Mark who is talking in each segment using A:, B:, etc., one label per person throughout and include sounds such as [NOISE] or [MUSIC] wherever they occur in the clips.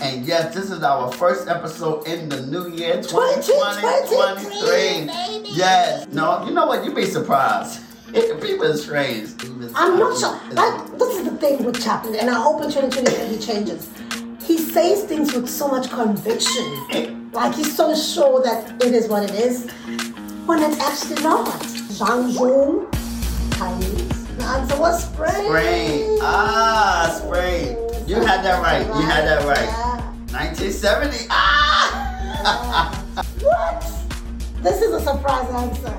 A: And yes, this is our first episode in the new year
B: 2023,
A: 2023.
B: baby.
A: Yes. No, you know what? You'd be surprised. [LAUGHS] People is strange.
B: I'm not sure. Like, this is the thing with Chaplin, and I hope in 2023 he changes. He says things with so much conviction. Like, he's so sure that it is what it is, when it's actually not. Zhang Zhong, Chinese. The answer was spring.
A: Spring. Ah, spring. You had that right. You had that right.
B: Yeah.
A: 1970. Ah! [LAUGHS]
B: What? This is a surprise answer.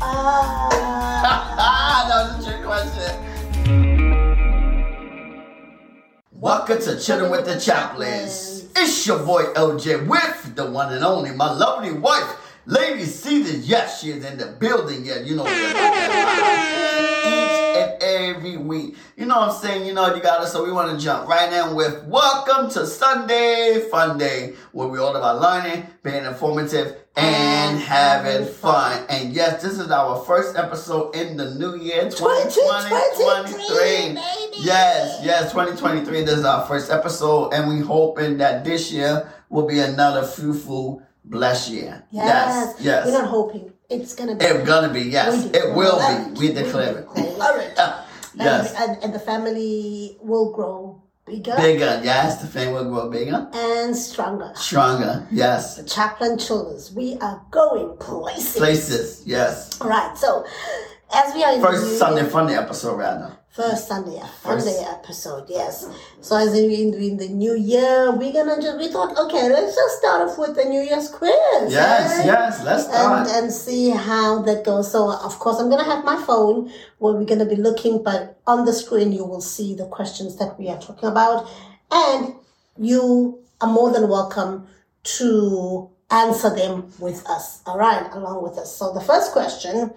B: Uh,
A: [LAUGHS] that was a trick question. Welcome to Chilling with the Chaplains. It's your boy LJ with the one and only, my lovely wife, Lady Caesar. Yes, she is in the building. Yeah, you know what I'm saying. Each and every week. You know what I'm saying? You know you got us, so we want to jump right in with Welcome to Sunday Fun Day, where we all about learning, being informative, and having fun. And yes, this is our first episode in the new year 2023.
B: 2023, baby.
A: Yes, yes, 2023. This is our first episode, and we hoping that this year will be another fruitful, blessed year.
B: yes.
A: Yes, yes.
B: We're not hoping. It's going to be.
A: It's gonna be, yes.
B: We do.
A: It will
B: Alright.
A: be. We declare
B: Alright.
A: it. Yes.
B: And, and, and the family will grow bigger
A: Bigger, yes. The fame will grow bigger.
B: and stronger.
A: Stronger, yes.
B: The chaplain children, we are going places.
A: Places, yes.
B: All right. So, as we are in the new
A: First Sunday
B: year-
A: fun day episode rather.
B: first Sunday, yeah,
A: First.
B: Sunday episode, yes. So as we in, in the new year, we're gonna just we thought, okay, let's just start off with the New Year's quiz.
A: Yes,
B: right?
A: yes, let's
B: and,
A: start.
B: and see how that goes. So, of course, I'm going to have my phone where we're going to be looking, but on the screen, you will see the questions that we are talking about. And you are more than welcome to answer them with us, all right, along with us. So, the first question.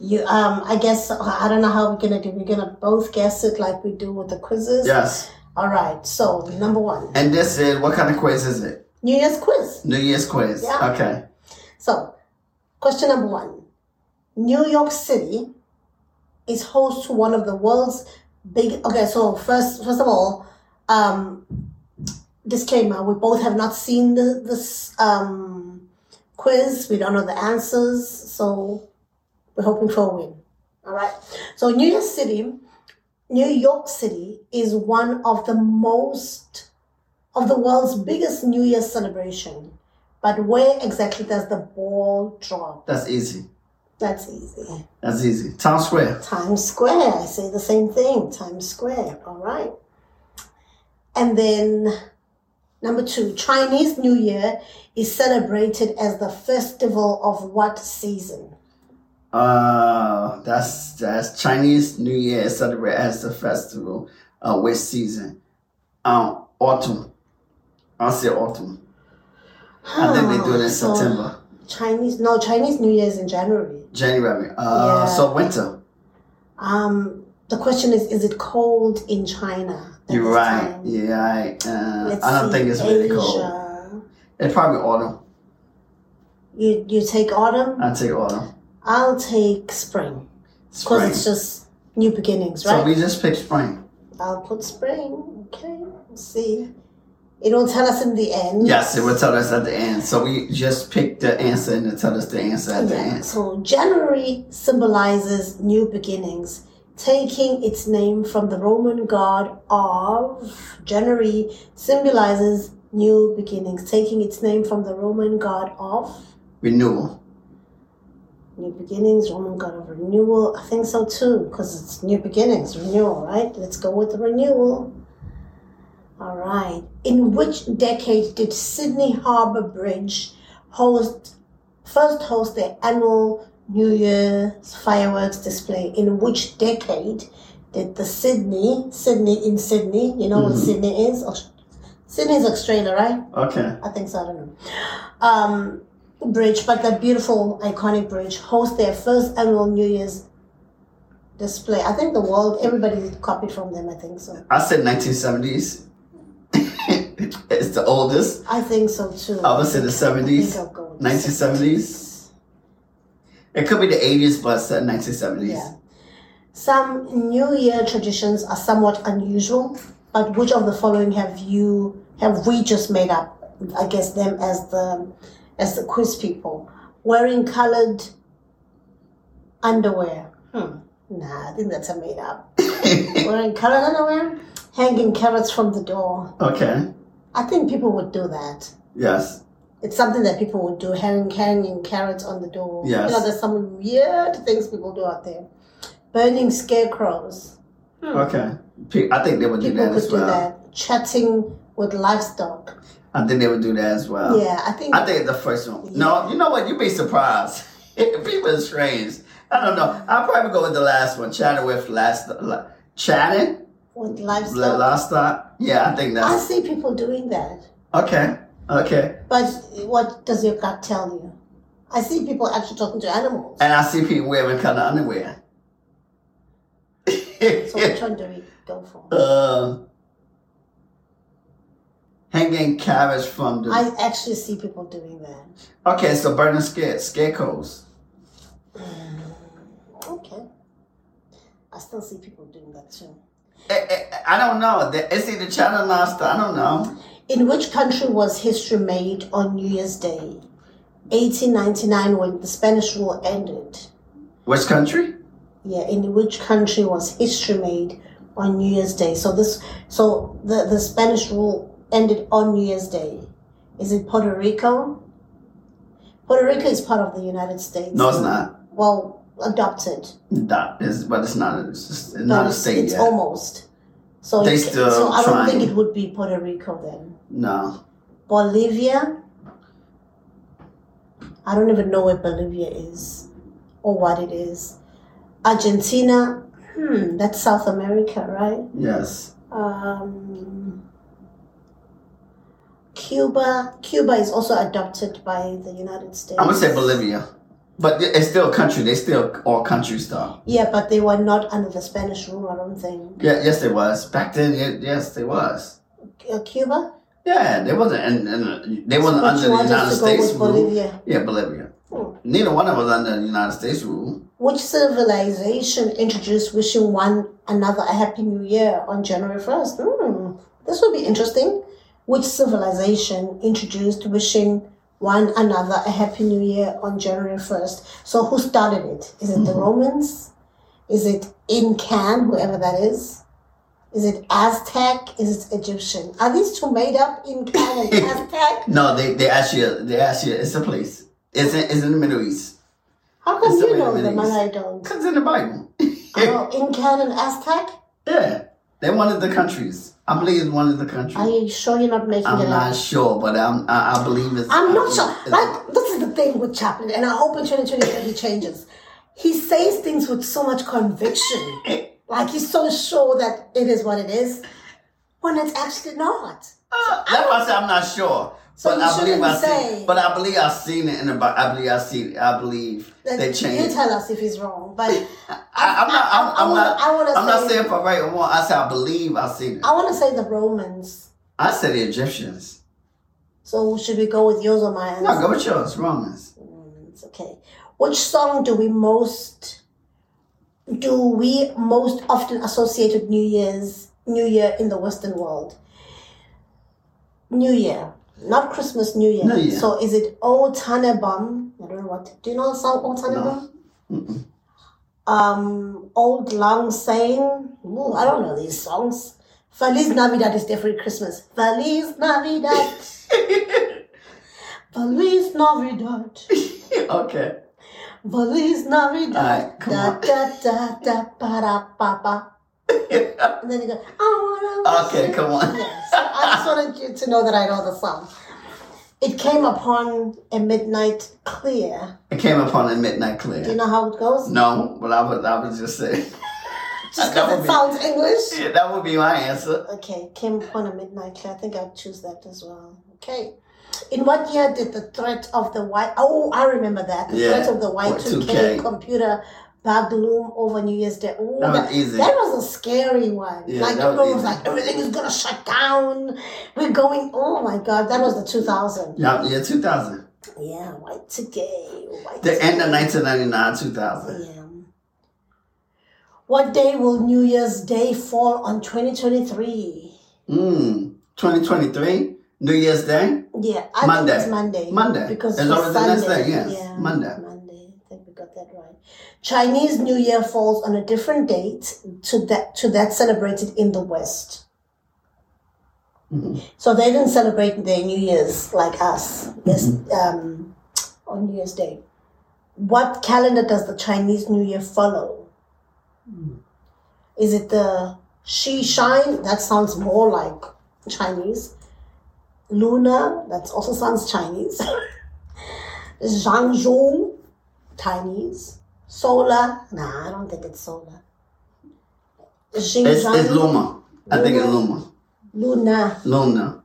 B: You, um, I guess I don't know how we're gonna do. We're gonna both guess it like we do with the quizzes.
A: Yes.
B: All right. So number one,
A: And this is what kind of quiz is it?
B: New Year's quiz.
A: New Year's quiz.
B: Yeah.
A: Okay.
B: So, question number one New York City is host to one of the world's big. Okay, so first, first of all, um, disclaimer: we both have not seen the, this um, quiz. We don't know the answers, so we're hoping for a win. All right. So, New York City, New York City is one of the most of the world's biggest New Year celebration. But where exactly does the ball drop?
A: That's easy.
B: That's easy.
A: That's easy. Town Square.
B: Times Square. I say the same thing. Times Square. All right. And then number two, Chinese New Year is celebrated as the festival of what season?
A: Uh that's that's Chinese New Year is celebrated as the festival uh which season? Um autumn. I'll say autumn. I think they do it in
B: Oh, So,
A: September.
B: Chinese no Chinese New Year is in January.
A: January. Uh
B: Yeah.
A: so winter.
B: Um, the question is: Is it cold in China? at
A: You're
B: this
A: right.
B: time?
A: Yeah, I uh,
B: Let's
A: I don't
B: see,
A: think it's really cold.
B: Asia.
A: It's probably autumn.
B: You you take autumn.
A: I take autumn.
B: I'll take spring because
A: Spring.
B: it's just new beginnings,
A: So
B: right?
A: we just picked spring.
B: I'll put spring. Okay, we'll see. It'll tell us in the end.
A: Yes, it will tell us at the end. So we just pick the answer and it tell us the answer at the
B: Yeah,
A: end.
B: So January symbolizes new beginnings, taking its name from the Roman god of January symbolizes new beginnings, taking its name from the Roman god of
A: Renewal.
B: New beginnings, Roman god of renewal. I think so too, because it's new beginnings, renewal, right? Let's go with the renewal. All right. In which decade did Sydney Harbour Bridge host first host their annual New Year's fireworks display? In which decade did the Sydney, Sydney in Sydney, you know what
A: Mhm.
B: Sydney is? Aus- Sydney is Australia, right?
A: Okay.
B: I think so. I don't know. Um, bridge, but that beautiful, iconic bridge hosts their first annual New Year's display. I think the world, everybody copied from them. I think so.
A: I said 1970s. [LAUGHS] it's the oldest.
B: I think so too.
A: I would say the
B: I think
A: 70s.
B: I'll go with
A: 1970s. It could be the 80s, but it's the 1970s.
B: Yeah. Some New Year traditions are somewhat unusual, but which of the following have you have we just made up against them as the as the quiz people wearing colored underwear? Hmm. Nah, I think that's a made up. wearing colored underwear, hanging carrots from the door.
A: [LAUGHS] Okay.
B: I think people would do that.
A: Yes.
B: It's something that people would do, hanging hanging carrots on the door.
A: Yes.
B: You know, there's some weird things people do out there. Burning scarecrows.
A: Okay. Pe- I think they would do
B: People
A: that
B: could
A: as
B: do
A: well.
B: that. Chatting with livestock.
A: I think they would do that as well.
B: Yeah, I think.
A: I think the first one. No, you know what? You'd be surprised. [LAUGHS] People are strange. I don't know. I'll probably go with the last one. Chatting with last. La, chatting?
B: with
A: La,
B: livestock.
A: last thought? Yeah, I think
B: I
A: that's.
B: see people doing that.
A: Okay. Okay.
B: But what does your gut tell you? I see people actually talking to animals.
A: And I see people wearing kind of underwear. [LAUGHS]
B: So which one do we go for?
A: uh, hanging cabbage from the.
B: I actually see people doing that.
A: okay, so burning scare, scarecrows.
B: Okay. I still see people doing that too.
A: I, Eh, I, I don't know. The- It's either China lobster. I don't know.
B: In which country was history made on New Year's Day? 1899, when the Spanish rule ended.
A: Which country?
B: yeah in which country was history made on new year's day so this so the the spanish rule ended on new year's day is it puerto rico puerto rico is part of the united states
A: No, it's not.
B: well adopted
A: That is, but it's not. It's just
B: but
A: not a
B: it's,
A: state
B: it's
A: yet.
B: almost so
A: They
B: it-
A: still
B: so i don't think
A: trying.
B: it would be puerto rico then
A: no.
B: bolivia i don't even know where bolivia is or what it is argentina hmm that's south america right
A: Yes.
B: um, Cuba. Cuba is also adopted by the United States.
A: I'm gonna say Bolivia, but it's still a country. They still all countries though.
B: Yeah, but they were not under the Spanish rule. I don't think.
A: Yeah. Yes, it was back then. ye- Yes, it was.
B: Uh, Cuba.
A: Yeah, they wasn't. And, and they wasn't
B: But
A: under
B: you
A: the
B: want
A: United
B: us to go
A: States
B: with
A: rule.
B: Bolivia.
A: Yeah, Bolivia.
B: Hmm.
A: Neither one of us under the United States rule.
B: Which civilization introduced wishing one another a happy new year on January first? Hmm. This would be interesting. Which civilization introduced wishing one another a happy new year on January first? So who started it? Is it the
A: Mm-hmm.
B: Romans? Is it Incan, whoever that is? Is it Aztec? Is it Egyptian? Are these two made up Incan
A: [LAUGHS]
B: and Aztec?
A: No, they they actually they actually it's a place. It's in, it's in the Middle East.
B: How come
A: It's
B: you
A: somewhere
B: know
A: in the
B: them and
A: Middle
B: I
A: [LAUGHS]
B: don't?
A: Cause in the Bible.
B: I know Incan and Aztec?
A: yeah, they one of the countries. I believe it's one of the countries.
B: Are you sure you're not making
A: I'm
B: it up?
A: not sure, but I'm, I, I believe it's.
B: I'm not
A: I
B: sure.
A: believe it's-
B: Like this is the thing with Chaplin, and I hope in 2023 he changes. He says things with so much conviction, like he's so sure that it is what it is, when it's actually not.
A: Uh, that's why I said I'm not sure.
B: So
A: but
B: you
A: I believe
B: shouldn't
A: I
B: say.
A: seen. But I believe I've seen it in the. Bi- I believe I see. I believe
B: Like,
A: they
B: you
A: changed.
B: tell us if he's wrong, but
A: I, I'm not. I'm,
B: I- I
A: I'm
B: wanna-
A: not.
B: I wanna
A: I'm not
B: say-
A: saying for right or wrong. I said I believe I seen it.
B: I want to say the Romans.
A: I said the Egyptians.
B: So should we go with yours or mine?
A: No, go with yours, Romans. [LAUGHS]
B: It's okay. Which song do we most do we most often associate with New Year's New Year in the Western world? New Year, not Christmas. New Year.
A: New Year.
B: So is it O Tannenbaum? I don't know what. Do you know the song O Tannenbaum?
A: Mm-mm.
B: Um, Old Lang Syne. Ooh, I don't know these songs. Feliz Navidad is different Christmas. Feliz
A: [LAUGHS]
B: Navidad. Feliz Navidad.
A: okay. [LAUGHS]
B: Feliz Navidad.
A: Alright, come
B: Da,
A: on.
B: da, da, da, ba, da, ba, ba. And then you go, I wanna.
A: Okay, come on.
B: Yes. I just wanted you to know that I know the song. It came upon a midnight clear.
A: It came upon a midnight
B: Do you
A: clear.
B: know how it goes?
A: No, but I would I would just say that
B: Just because
A: would
B: it
A: be-
B: sounds English.
A: yeah, [LAUGHS] that would be my answer.
B: Okay, came upon a midnight clear. I think I'll choose that as well. Okay. In what year did the threat of the Y? Oh, I remember that. The
A: Yeah,
B: threat of the Y2K,
A: Y2K.
B: computer bug loom over New Year's Day. Oh,
A: That was
B: that,
A: easy.
B: that was a scary one.
A: Yeah,
B: like
A: that was
B: everyone
A: easy.
B: was like, everything is gonna shut down. We're going. Oh my God, that was the 2000.
A: Yeah, yeah, two thousand.
B: Yeah, Y2K. Y2K.
A: The end of nineteen ninety nine, two thousand.
B: Yeah. What day will New Year's Day fall on 2023?
A: Mm. Hmm. Twenty twenty three? New Year's Day?
B: Yeah, I
A: Monday.
B: think it's Monday.
A: Monday.
B: Because
A: It's
B: it's
A: always the next
B: Sunday.
A: day, yes.
B: Yeah,
A: Monday.
B: Monday. I think we got that right. Chinese New Year falls on a different date to that to that celebrated in the West.
A: Mhm.
B: So they didn't celebrate their New Year's like us. Yes,
A: Mm-hmm.
B: um, on New Year's Day. What calendar does the Chinese New Year follow? Is it the Shi Shine? That sounds more like Chinese. Luna, that also sounds Chinese. [LAUGHS] Zhangzhong, Chinese. Solar, nah, I don't think it's solar.
A: It's,
B: Xinjiang,
A: it's Luma. I think it's Luma.
B: Luna,
A: Luna.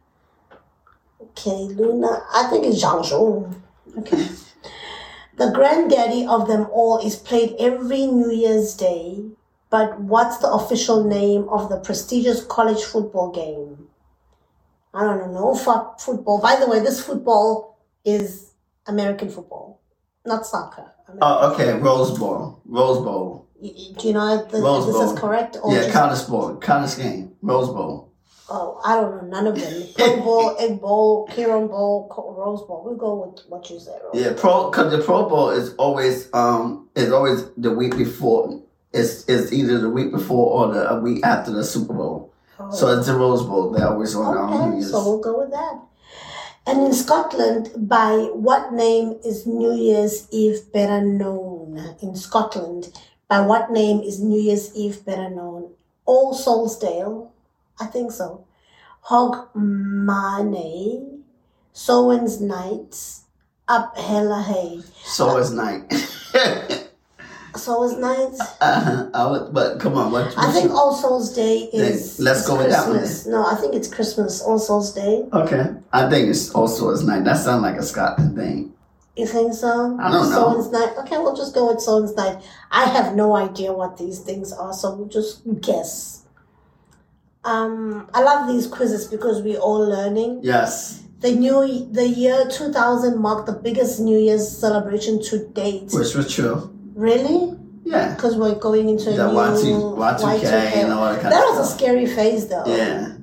B: okay, Luna. I think it's Zhangzhong. Okay. [LAUGHS] the granddaddy of them all is played every New Year's Day, but what's the official name of the prestigious college football game? I don't know. Fuck football. By the way, this football is American football, not soccer. American
A: Oh, okay. Rose Bowl. Rose Bowl.
B: Y- y- Do you know if, the,
A: Rose
B: if this
A: Bowl.
B: is correct? Or
A: Yeah,
B: just-
A: college sport. College game. Rose Bowl.
B: oh, I don't know. None of them.
A: [LAUGHS]
B: Pro Bowl, Egg Bowl, Kieran Bowl, Co- Rose Bowl. We'll go with what you said. Rose.
A: Yeah, pro because the Pro Bowl is always um is always the week before. It's, it's either the week before or the a week after the Super Bowl.
B: Oh.
A: So it's the Rose Bowl. They're always on um, New
B: Okay,
A: Year's.
B: so we'll go with that. And in Scotland, by what name is New Year's Eve better known? In Scotland, by what name is New Year's Eve better known? All Souls Dale, I think so. Hog Mane, Sowen's Nights, Up Hella Hay.
A: So it's night. [LAUGHS]
B: Sowen's Nights?
A: Uh, I would, but come on, what?
B: I
A: what
B: think
A: you-
B: All Souls Day is.
A: Then let's
B: is
A: go with that one
B: Christmas. No, I think it's Christmas, All Souls Day.
A: okay, I think it's also it's night. That sounds like a Scotland thing.
B: You think so?
A: I don't know.
B: Someone's night. Okay, we'll just go with someone's night. I have no idea what these things are, so we'll just guess. Um, I love these quizzes because we're all learning.
A: Yes,
B: The new the year two thousand marked the biggest New Year's celebration to date.
A: which was true.
B: Really?
A: Yeah,
B: Because we're going into a
A: the
B: new
A: Y two Y two
B: Y2K.
A: K and all that kind
B: That
A: of
B: was a
A: stuff.
B: scary phase, though.
A: Yeah,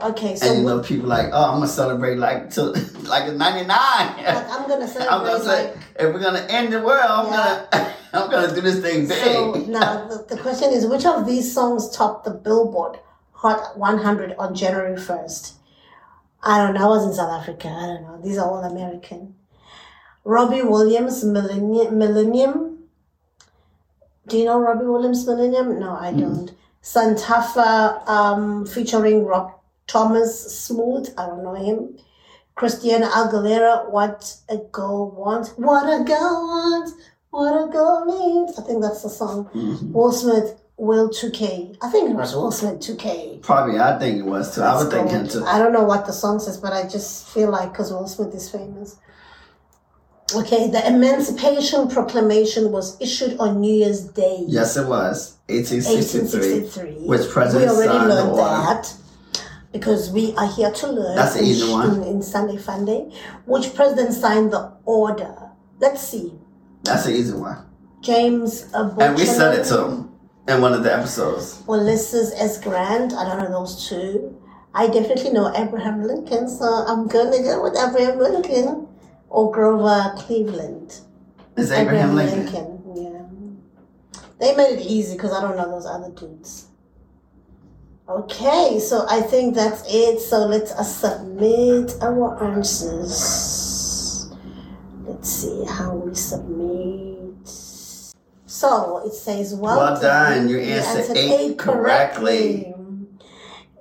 B: Okay, so
A: and you
B: we-
A: know people like, oh, I'm gonna celebrate like till [LAUGHS] like it's ninety
B: like,
A: nine.
B: I'm gonna celebrate.
A: [LAUGHS] I'm gonna say
B: like-
A: if we're gonna end the world, I'm
B: Yeah.
A: gonna [LAUGHS] I'm gonna do this thing big.
B: So now the, the question is which of these songs topped the Billboard Hot 100 on January 1st? I don't know. I was in South Africa. I don't know. These are all American. Robbie Williams, Millennium. Millennium. Do you know Robbie Williams, Millennium? No, I don't. Santafa um, featuring Rob Thomas Smooth. I don't know him. Christiana Aguilera, What a Girl Wants. What a Girl Wants. What a Girl Needs. I think that's the song.
A: Mhm.
B: Will Smith, Will 2K. I think it was Will Smith 2K.
A: Probably, I think it was too. I would think him too.
B: I don't know what the song says, but I just feel like because Will Smith is famous. Okay, the Emancipation Proclamation was issued on New Year's Day,
A: Yes, it was 1863.
B: 1863.
A: Which
B: we
A: president
B: already
A: signed the
B: learned
A: order.
B: that because we are here to learn.
A: That's the
B: in-
A: easy one.
B: In, in Sunday Funday, which president signed the order? Let's see,
A: That's an easy one.
B: James. uh,
A: And we said
B: Buchanan.
A: it too in one of the episodes.
B: Ulysses S. Grant. I don't know those two. I definitely know Abraham Lincoln, so I'm gonna go with Abraham Lincoln or Grover Cleveland.
A: It's Abraham Lincoln.
B: Lincoln, Yeah. They made it easy because I don't know those other dudes. Okay, so I think that's it. So let us submit our answers. Let's see how we submit. So it says, Well,
A: Well done. You answered eight correctly.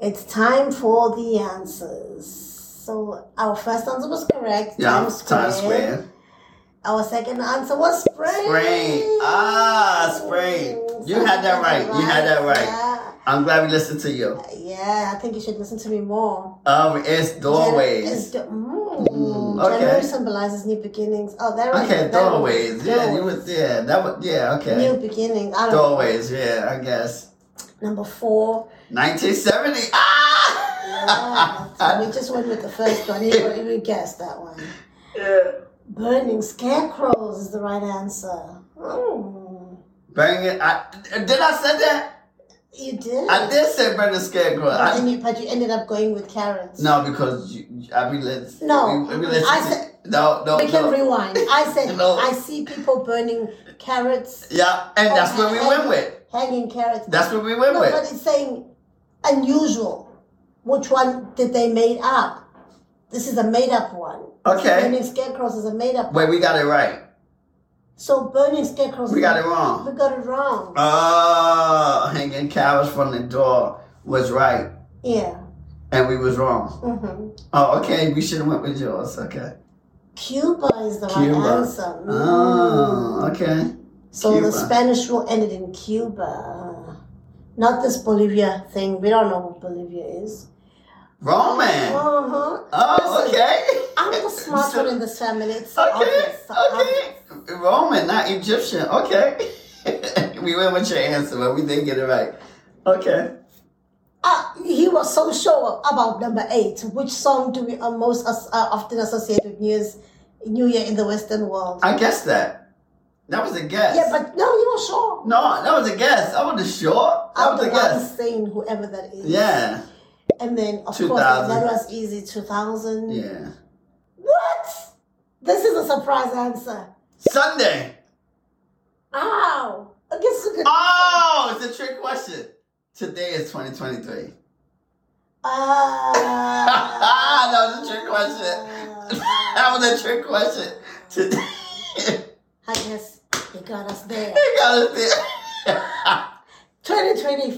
B: It's time for the answers. So our first answer was correct.
A: Yeah, Times Square.
B: Our second answer was spring.
A: Spring. Ah, spring. You had that right. You had that right. I'm glad we listened to you.
B: Yeah, yeah I think you should listen to me more.
A: Um, it's
B: It's
A: doorways.
B: the- mm,
A: Mm, okay.
B: January symbolizes new beginnings. Oh, that right.
A: Okay,
B: that right.
A: doorways. Yeah, you was yeah, that was yeah, okay.
B: New beginning. I don't
A: Doorways, yeah, I guess.
B: know. Number
A: [LAUGHS]
B: four.
A: 1970. Ah!
B: Yeah, so we just went with the first one. Anybody would guess that one.
A: [LAUGHS] Yeah.
B: Burning scarecrows is the right answer. Mm.
A: Bang it. I, did I said that?
B: You did.
A: I did say Brenda Scarecrow.
B: But
A: I,
B: then you, but you ended up going with Karen's.
A: no, because you, I mean, let's.
B: No,
A: we, we let
B: I
A: you-
B: said-
A: No, no,
B: we can
A: no.
B: rewind. I said
A: No.
B: I see people burning carrots,
A: Yeah, and that's what we went with.
B: hanging carrots.
A: That's what we went
B: no, but
A: with.
B: it's saying unusual. Which one did they made up? This is a made up one.
A: Okay.
B: Burning scarecrows is a made up.
A: Wait, we got it right.
B: So burning scarecrows.
A: We
B: is
A: got
B: a-
A: it wrong.
B: We got it wrong.
A: Oh, hanging cows from the door was right,
B: yeah.
A: and we was wrong.
B: hmm
A: Oh, okay. We should have went with yours. Okay.
B: Cuba is the
A: Cuba.
B: right answer. Mm.
A: Oh, okay.
B: So
A: Cuba.
B: the Spanish rule ended in Cuba. Not this Bolivia thing. We don't know what Bolivia is.
A: Roman.
B: Uh-huh.
A: Oh,
B: Listen,
A: okay.
B: I'm
A: [LAUGHS]
B: the smart one in this family. It's so
A: Okay.
B: obvious. so obvious.
A: Okay. Roman, not Egyptian. Okay. [LAUGHS] we went with your answer, but we didn't get it right. Okay.
B: Uh, he was so sure about number eight. Which song do we are most as, uh, often associate with New Year's, New Year in the Western world?
A: I guessed that. That was a guess.
B: yeah, but no, you were sure.
A: no, that was a guess. I wasn't sure. That
B: I'm
A: was
B: the
A: a
B: one
A: guess.
B: saying whoever that is.
A: Yeah.
B: And then, of course,
A: 2000.
B: that was easy. 2000.
A: Yeah.
B: What? This is a surprise answer.
A: Sunday.
B: Ow! I guess you could.
A: Oh, it's a trick question. Today is 2023.
B: uh, Ah.
A: [LAUGHS] that was a trick
B: uh,
A: question. [LAUGHS] that was a trick question. Today. [LAUGHS]
B: I guess you got us there.
A: They got [LAUGHS] us there.
B: 2024.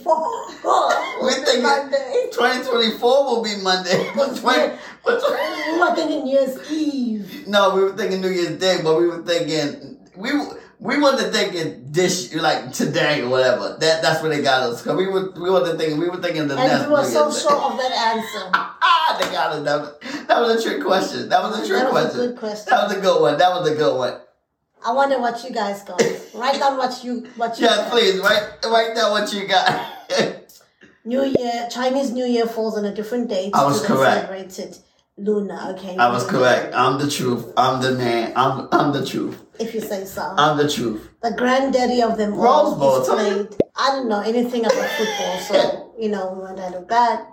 A: We thinking-
B: Monday.
A: 2024 will be Monday. [LAUGHS] But 20, but 20
B: We were thinking New Year's Eve.
A: no, we were thinking New Year's Day, but we were thinking we we wasn't thinking this like today or whatever. That that's where they got us. Cause we were we wasn't thinking we were thinking the next.
B: And we were
A: New
B: so
A: Year's
B: sure
A: Day.
B: of that answer.
A: [LAUGHS] Ah, they got us. That was, that was a trick question. That was a trick
B: That was a
A: question.
B: good question.
A: That was a good one. That was a good one.
B: I wonder what you guys got. Write down what you what you
A: Yeah,
B: said.
A: please write write down what you got.
B: New Year Chinese New Year falls on a different date.
A: I was
B: so they
A: correct.
B: Celebrated Luna. Okay.
A: I was correct. I'm the truth. I'm the man. I'm I'm the truth.
B: If you say so.
A: I'm the truth.
B: the granddaddy of them all
A: Um, Rose Bowl,
B: is
A: tell me.
B: played. I don't know anything about football, so you know we went out of that.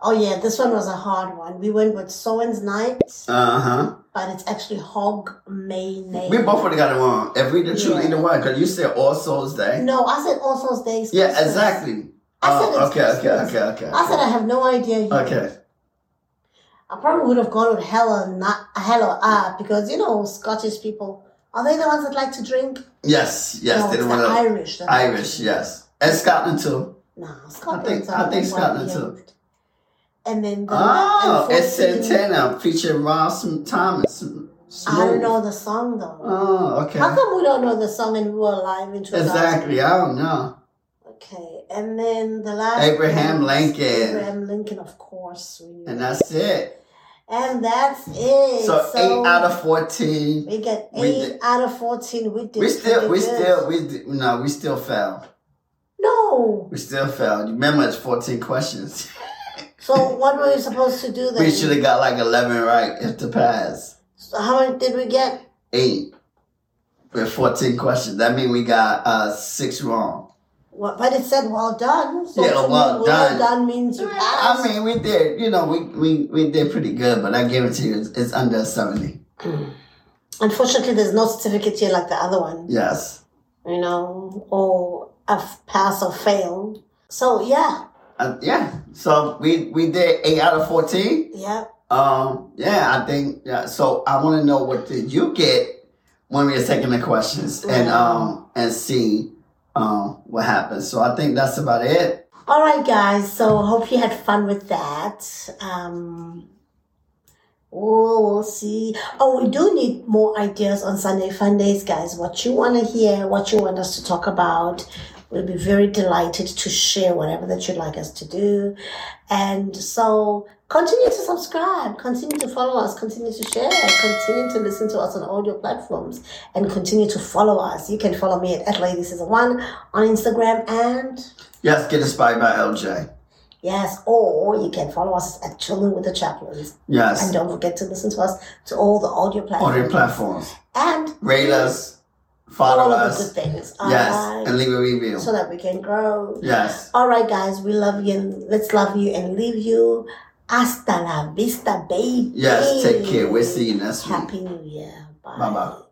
B: Oh yeah, this one was a hard one. We went with Sowen's night,
A: Uh huh.
B: but it's actually hog mayonnaise.
A: We both would have got it wrong. If we didn't choose
B: Yeah.
A: either one, because you said All Souls Day.
B: No, I said All Souls Day. is
A: Yeah,
B: Christmas.
A: exactly.
B: I said
A: Oh,
B: it's
A: okay, okay,
B: Christmas.
A: okay, okay,
B: I said I have no idea. You.
A: okay.
B: I probably would have gone with hell or not hell or ah because you know Scottish people are they the ones that like to drink?
A: Yes, yes,
B: no,
A: they
B: it's
A: don't
B: the
A: want to.
B: Irish. that like to
A: Irish,
B: drink.
A: yes. And Scotland too.
B: No, Scotland.
A: I think- I think Scotland too.
B: And then the
A: Oh, it's
B: unfortunately-
A: Santana featuring Ross Thomas.
B: I don't
A: Smooth.
B: know the song though.
A: Oh,
B: How
A: okay.
B: come we don't know the song and we were alive in 2000?
A: Exactly. I don't know.
B: Okay, and then the last
A: Abraham
B: one is
A: Lincoln.
B: Abraham Lincoln, of course. we knew.
A: And that's it.
B: And that's it.
A: So eight out of fourteen.
B: we get
A: we
B: eight
A: did-
B: out of fourteen. We did.
A: We still,
B: pretty
A: we
B: good.
A: still, we d- no, we still failed.
B: No.
A: We still failed. Remember, it's fourteen questions.
B: So what were we supposed to do
A: [LAUGHS]
B: then?
A: We should have got like eleven right if to pass
B: So how many did we get?
A: eight. With fourteen questions, that means we got uh six wrong.
B: Well, but it said well done. So
A: Yeah,
B: to me,
A: well done.
B: means you
A: I
B: passed.
A: mean, we did, you know, we we, we did pretty good, but I guarantee you, it's, it's under seventy.
B: Unfortunately, there's no certificate here like the other one.
A: Yes,
B: you know, or a f- pass or fail. So yeah,
A: uh, yeah. So we we did eight out of fourteen.
B: yeah.
A: Um, yeah, I think yeah, so. I want to know what did you get when we are taking the questions and um and see um what happens. So I think that's about it.
B: All right, guys. So hope you had fun with that. Um, oh, we'll see. Oh, we do need more ideas on Sunday Fun Days, guys. What you want to hear, what you want us to talk about. We'll be very delighted to share whatever that you'd like us to do. And so continue to subscribe, continue to follow us, continue to share, continue to listen to us on audio platforms, and continue to follow us. You can follow me at, at Lady Season One on Instagram and
A: Yes, get inspired by LJ.
B: Yes, or you can follow us at Children with the Chaplains. And
A: Yes,
B: don't forget to listen to us to all the audio
A: on
B: platforms.
A: your platforms.
B: And
A: Rate us, Follow
B: all of the
A: us.
B: good things.
A: Yes.
B: Alright.
A: And leave a review.
B: so that we can grow.
A: Yes.
B: All right, guys, we love you. and Let's love you and leave you. Hasta la vista, baby.
A: Yes. Take care. We'll see you next week.
B: Happy New Year. Bye.
A: Bye-bye.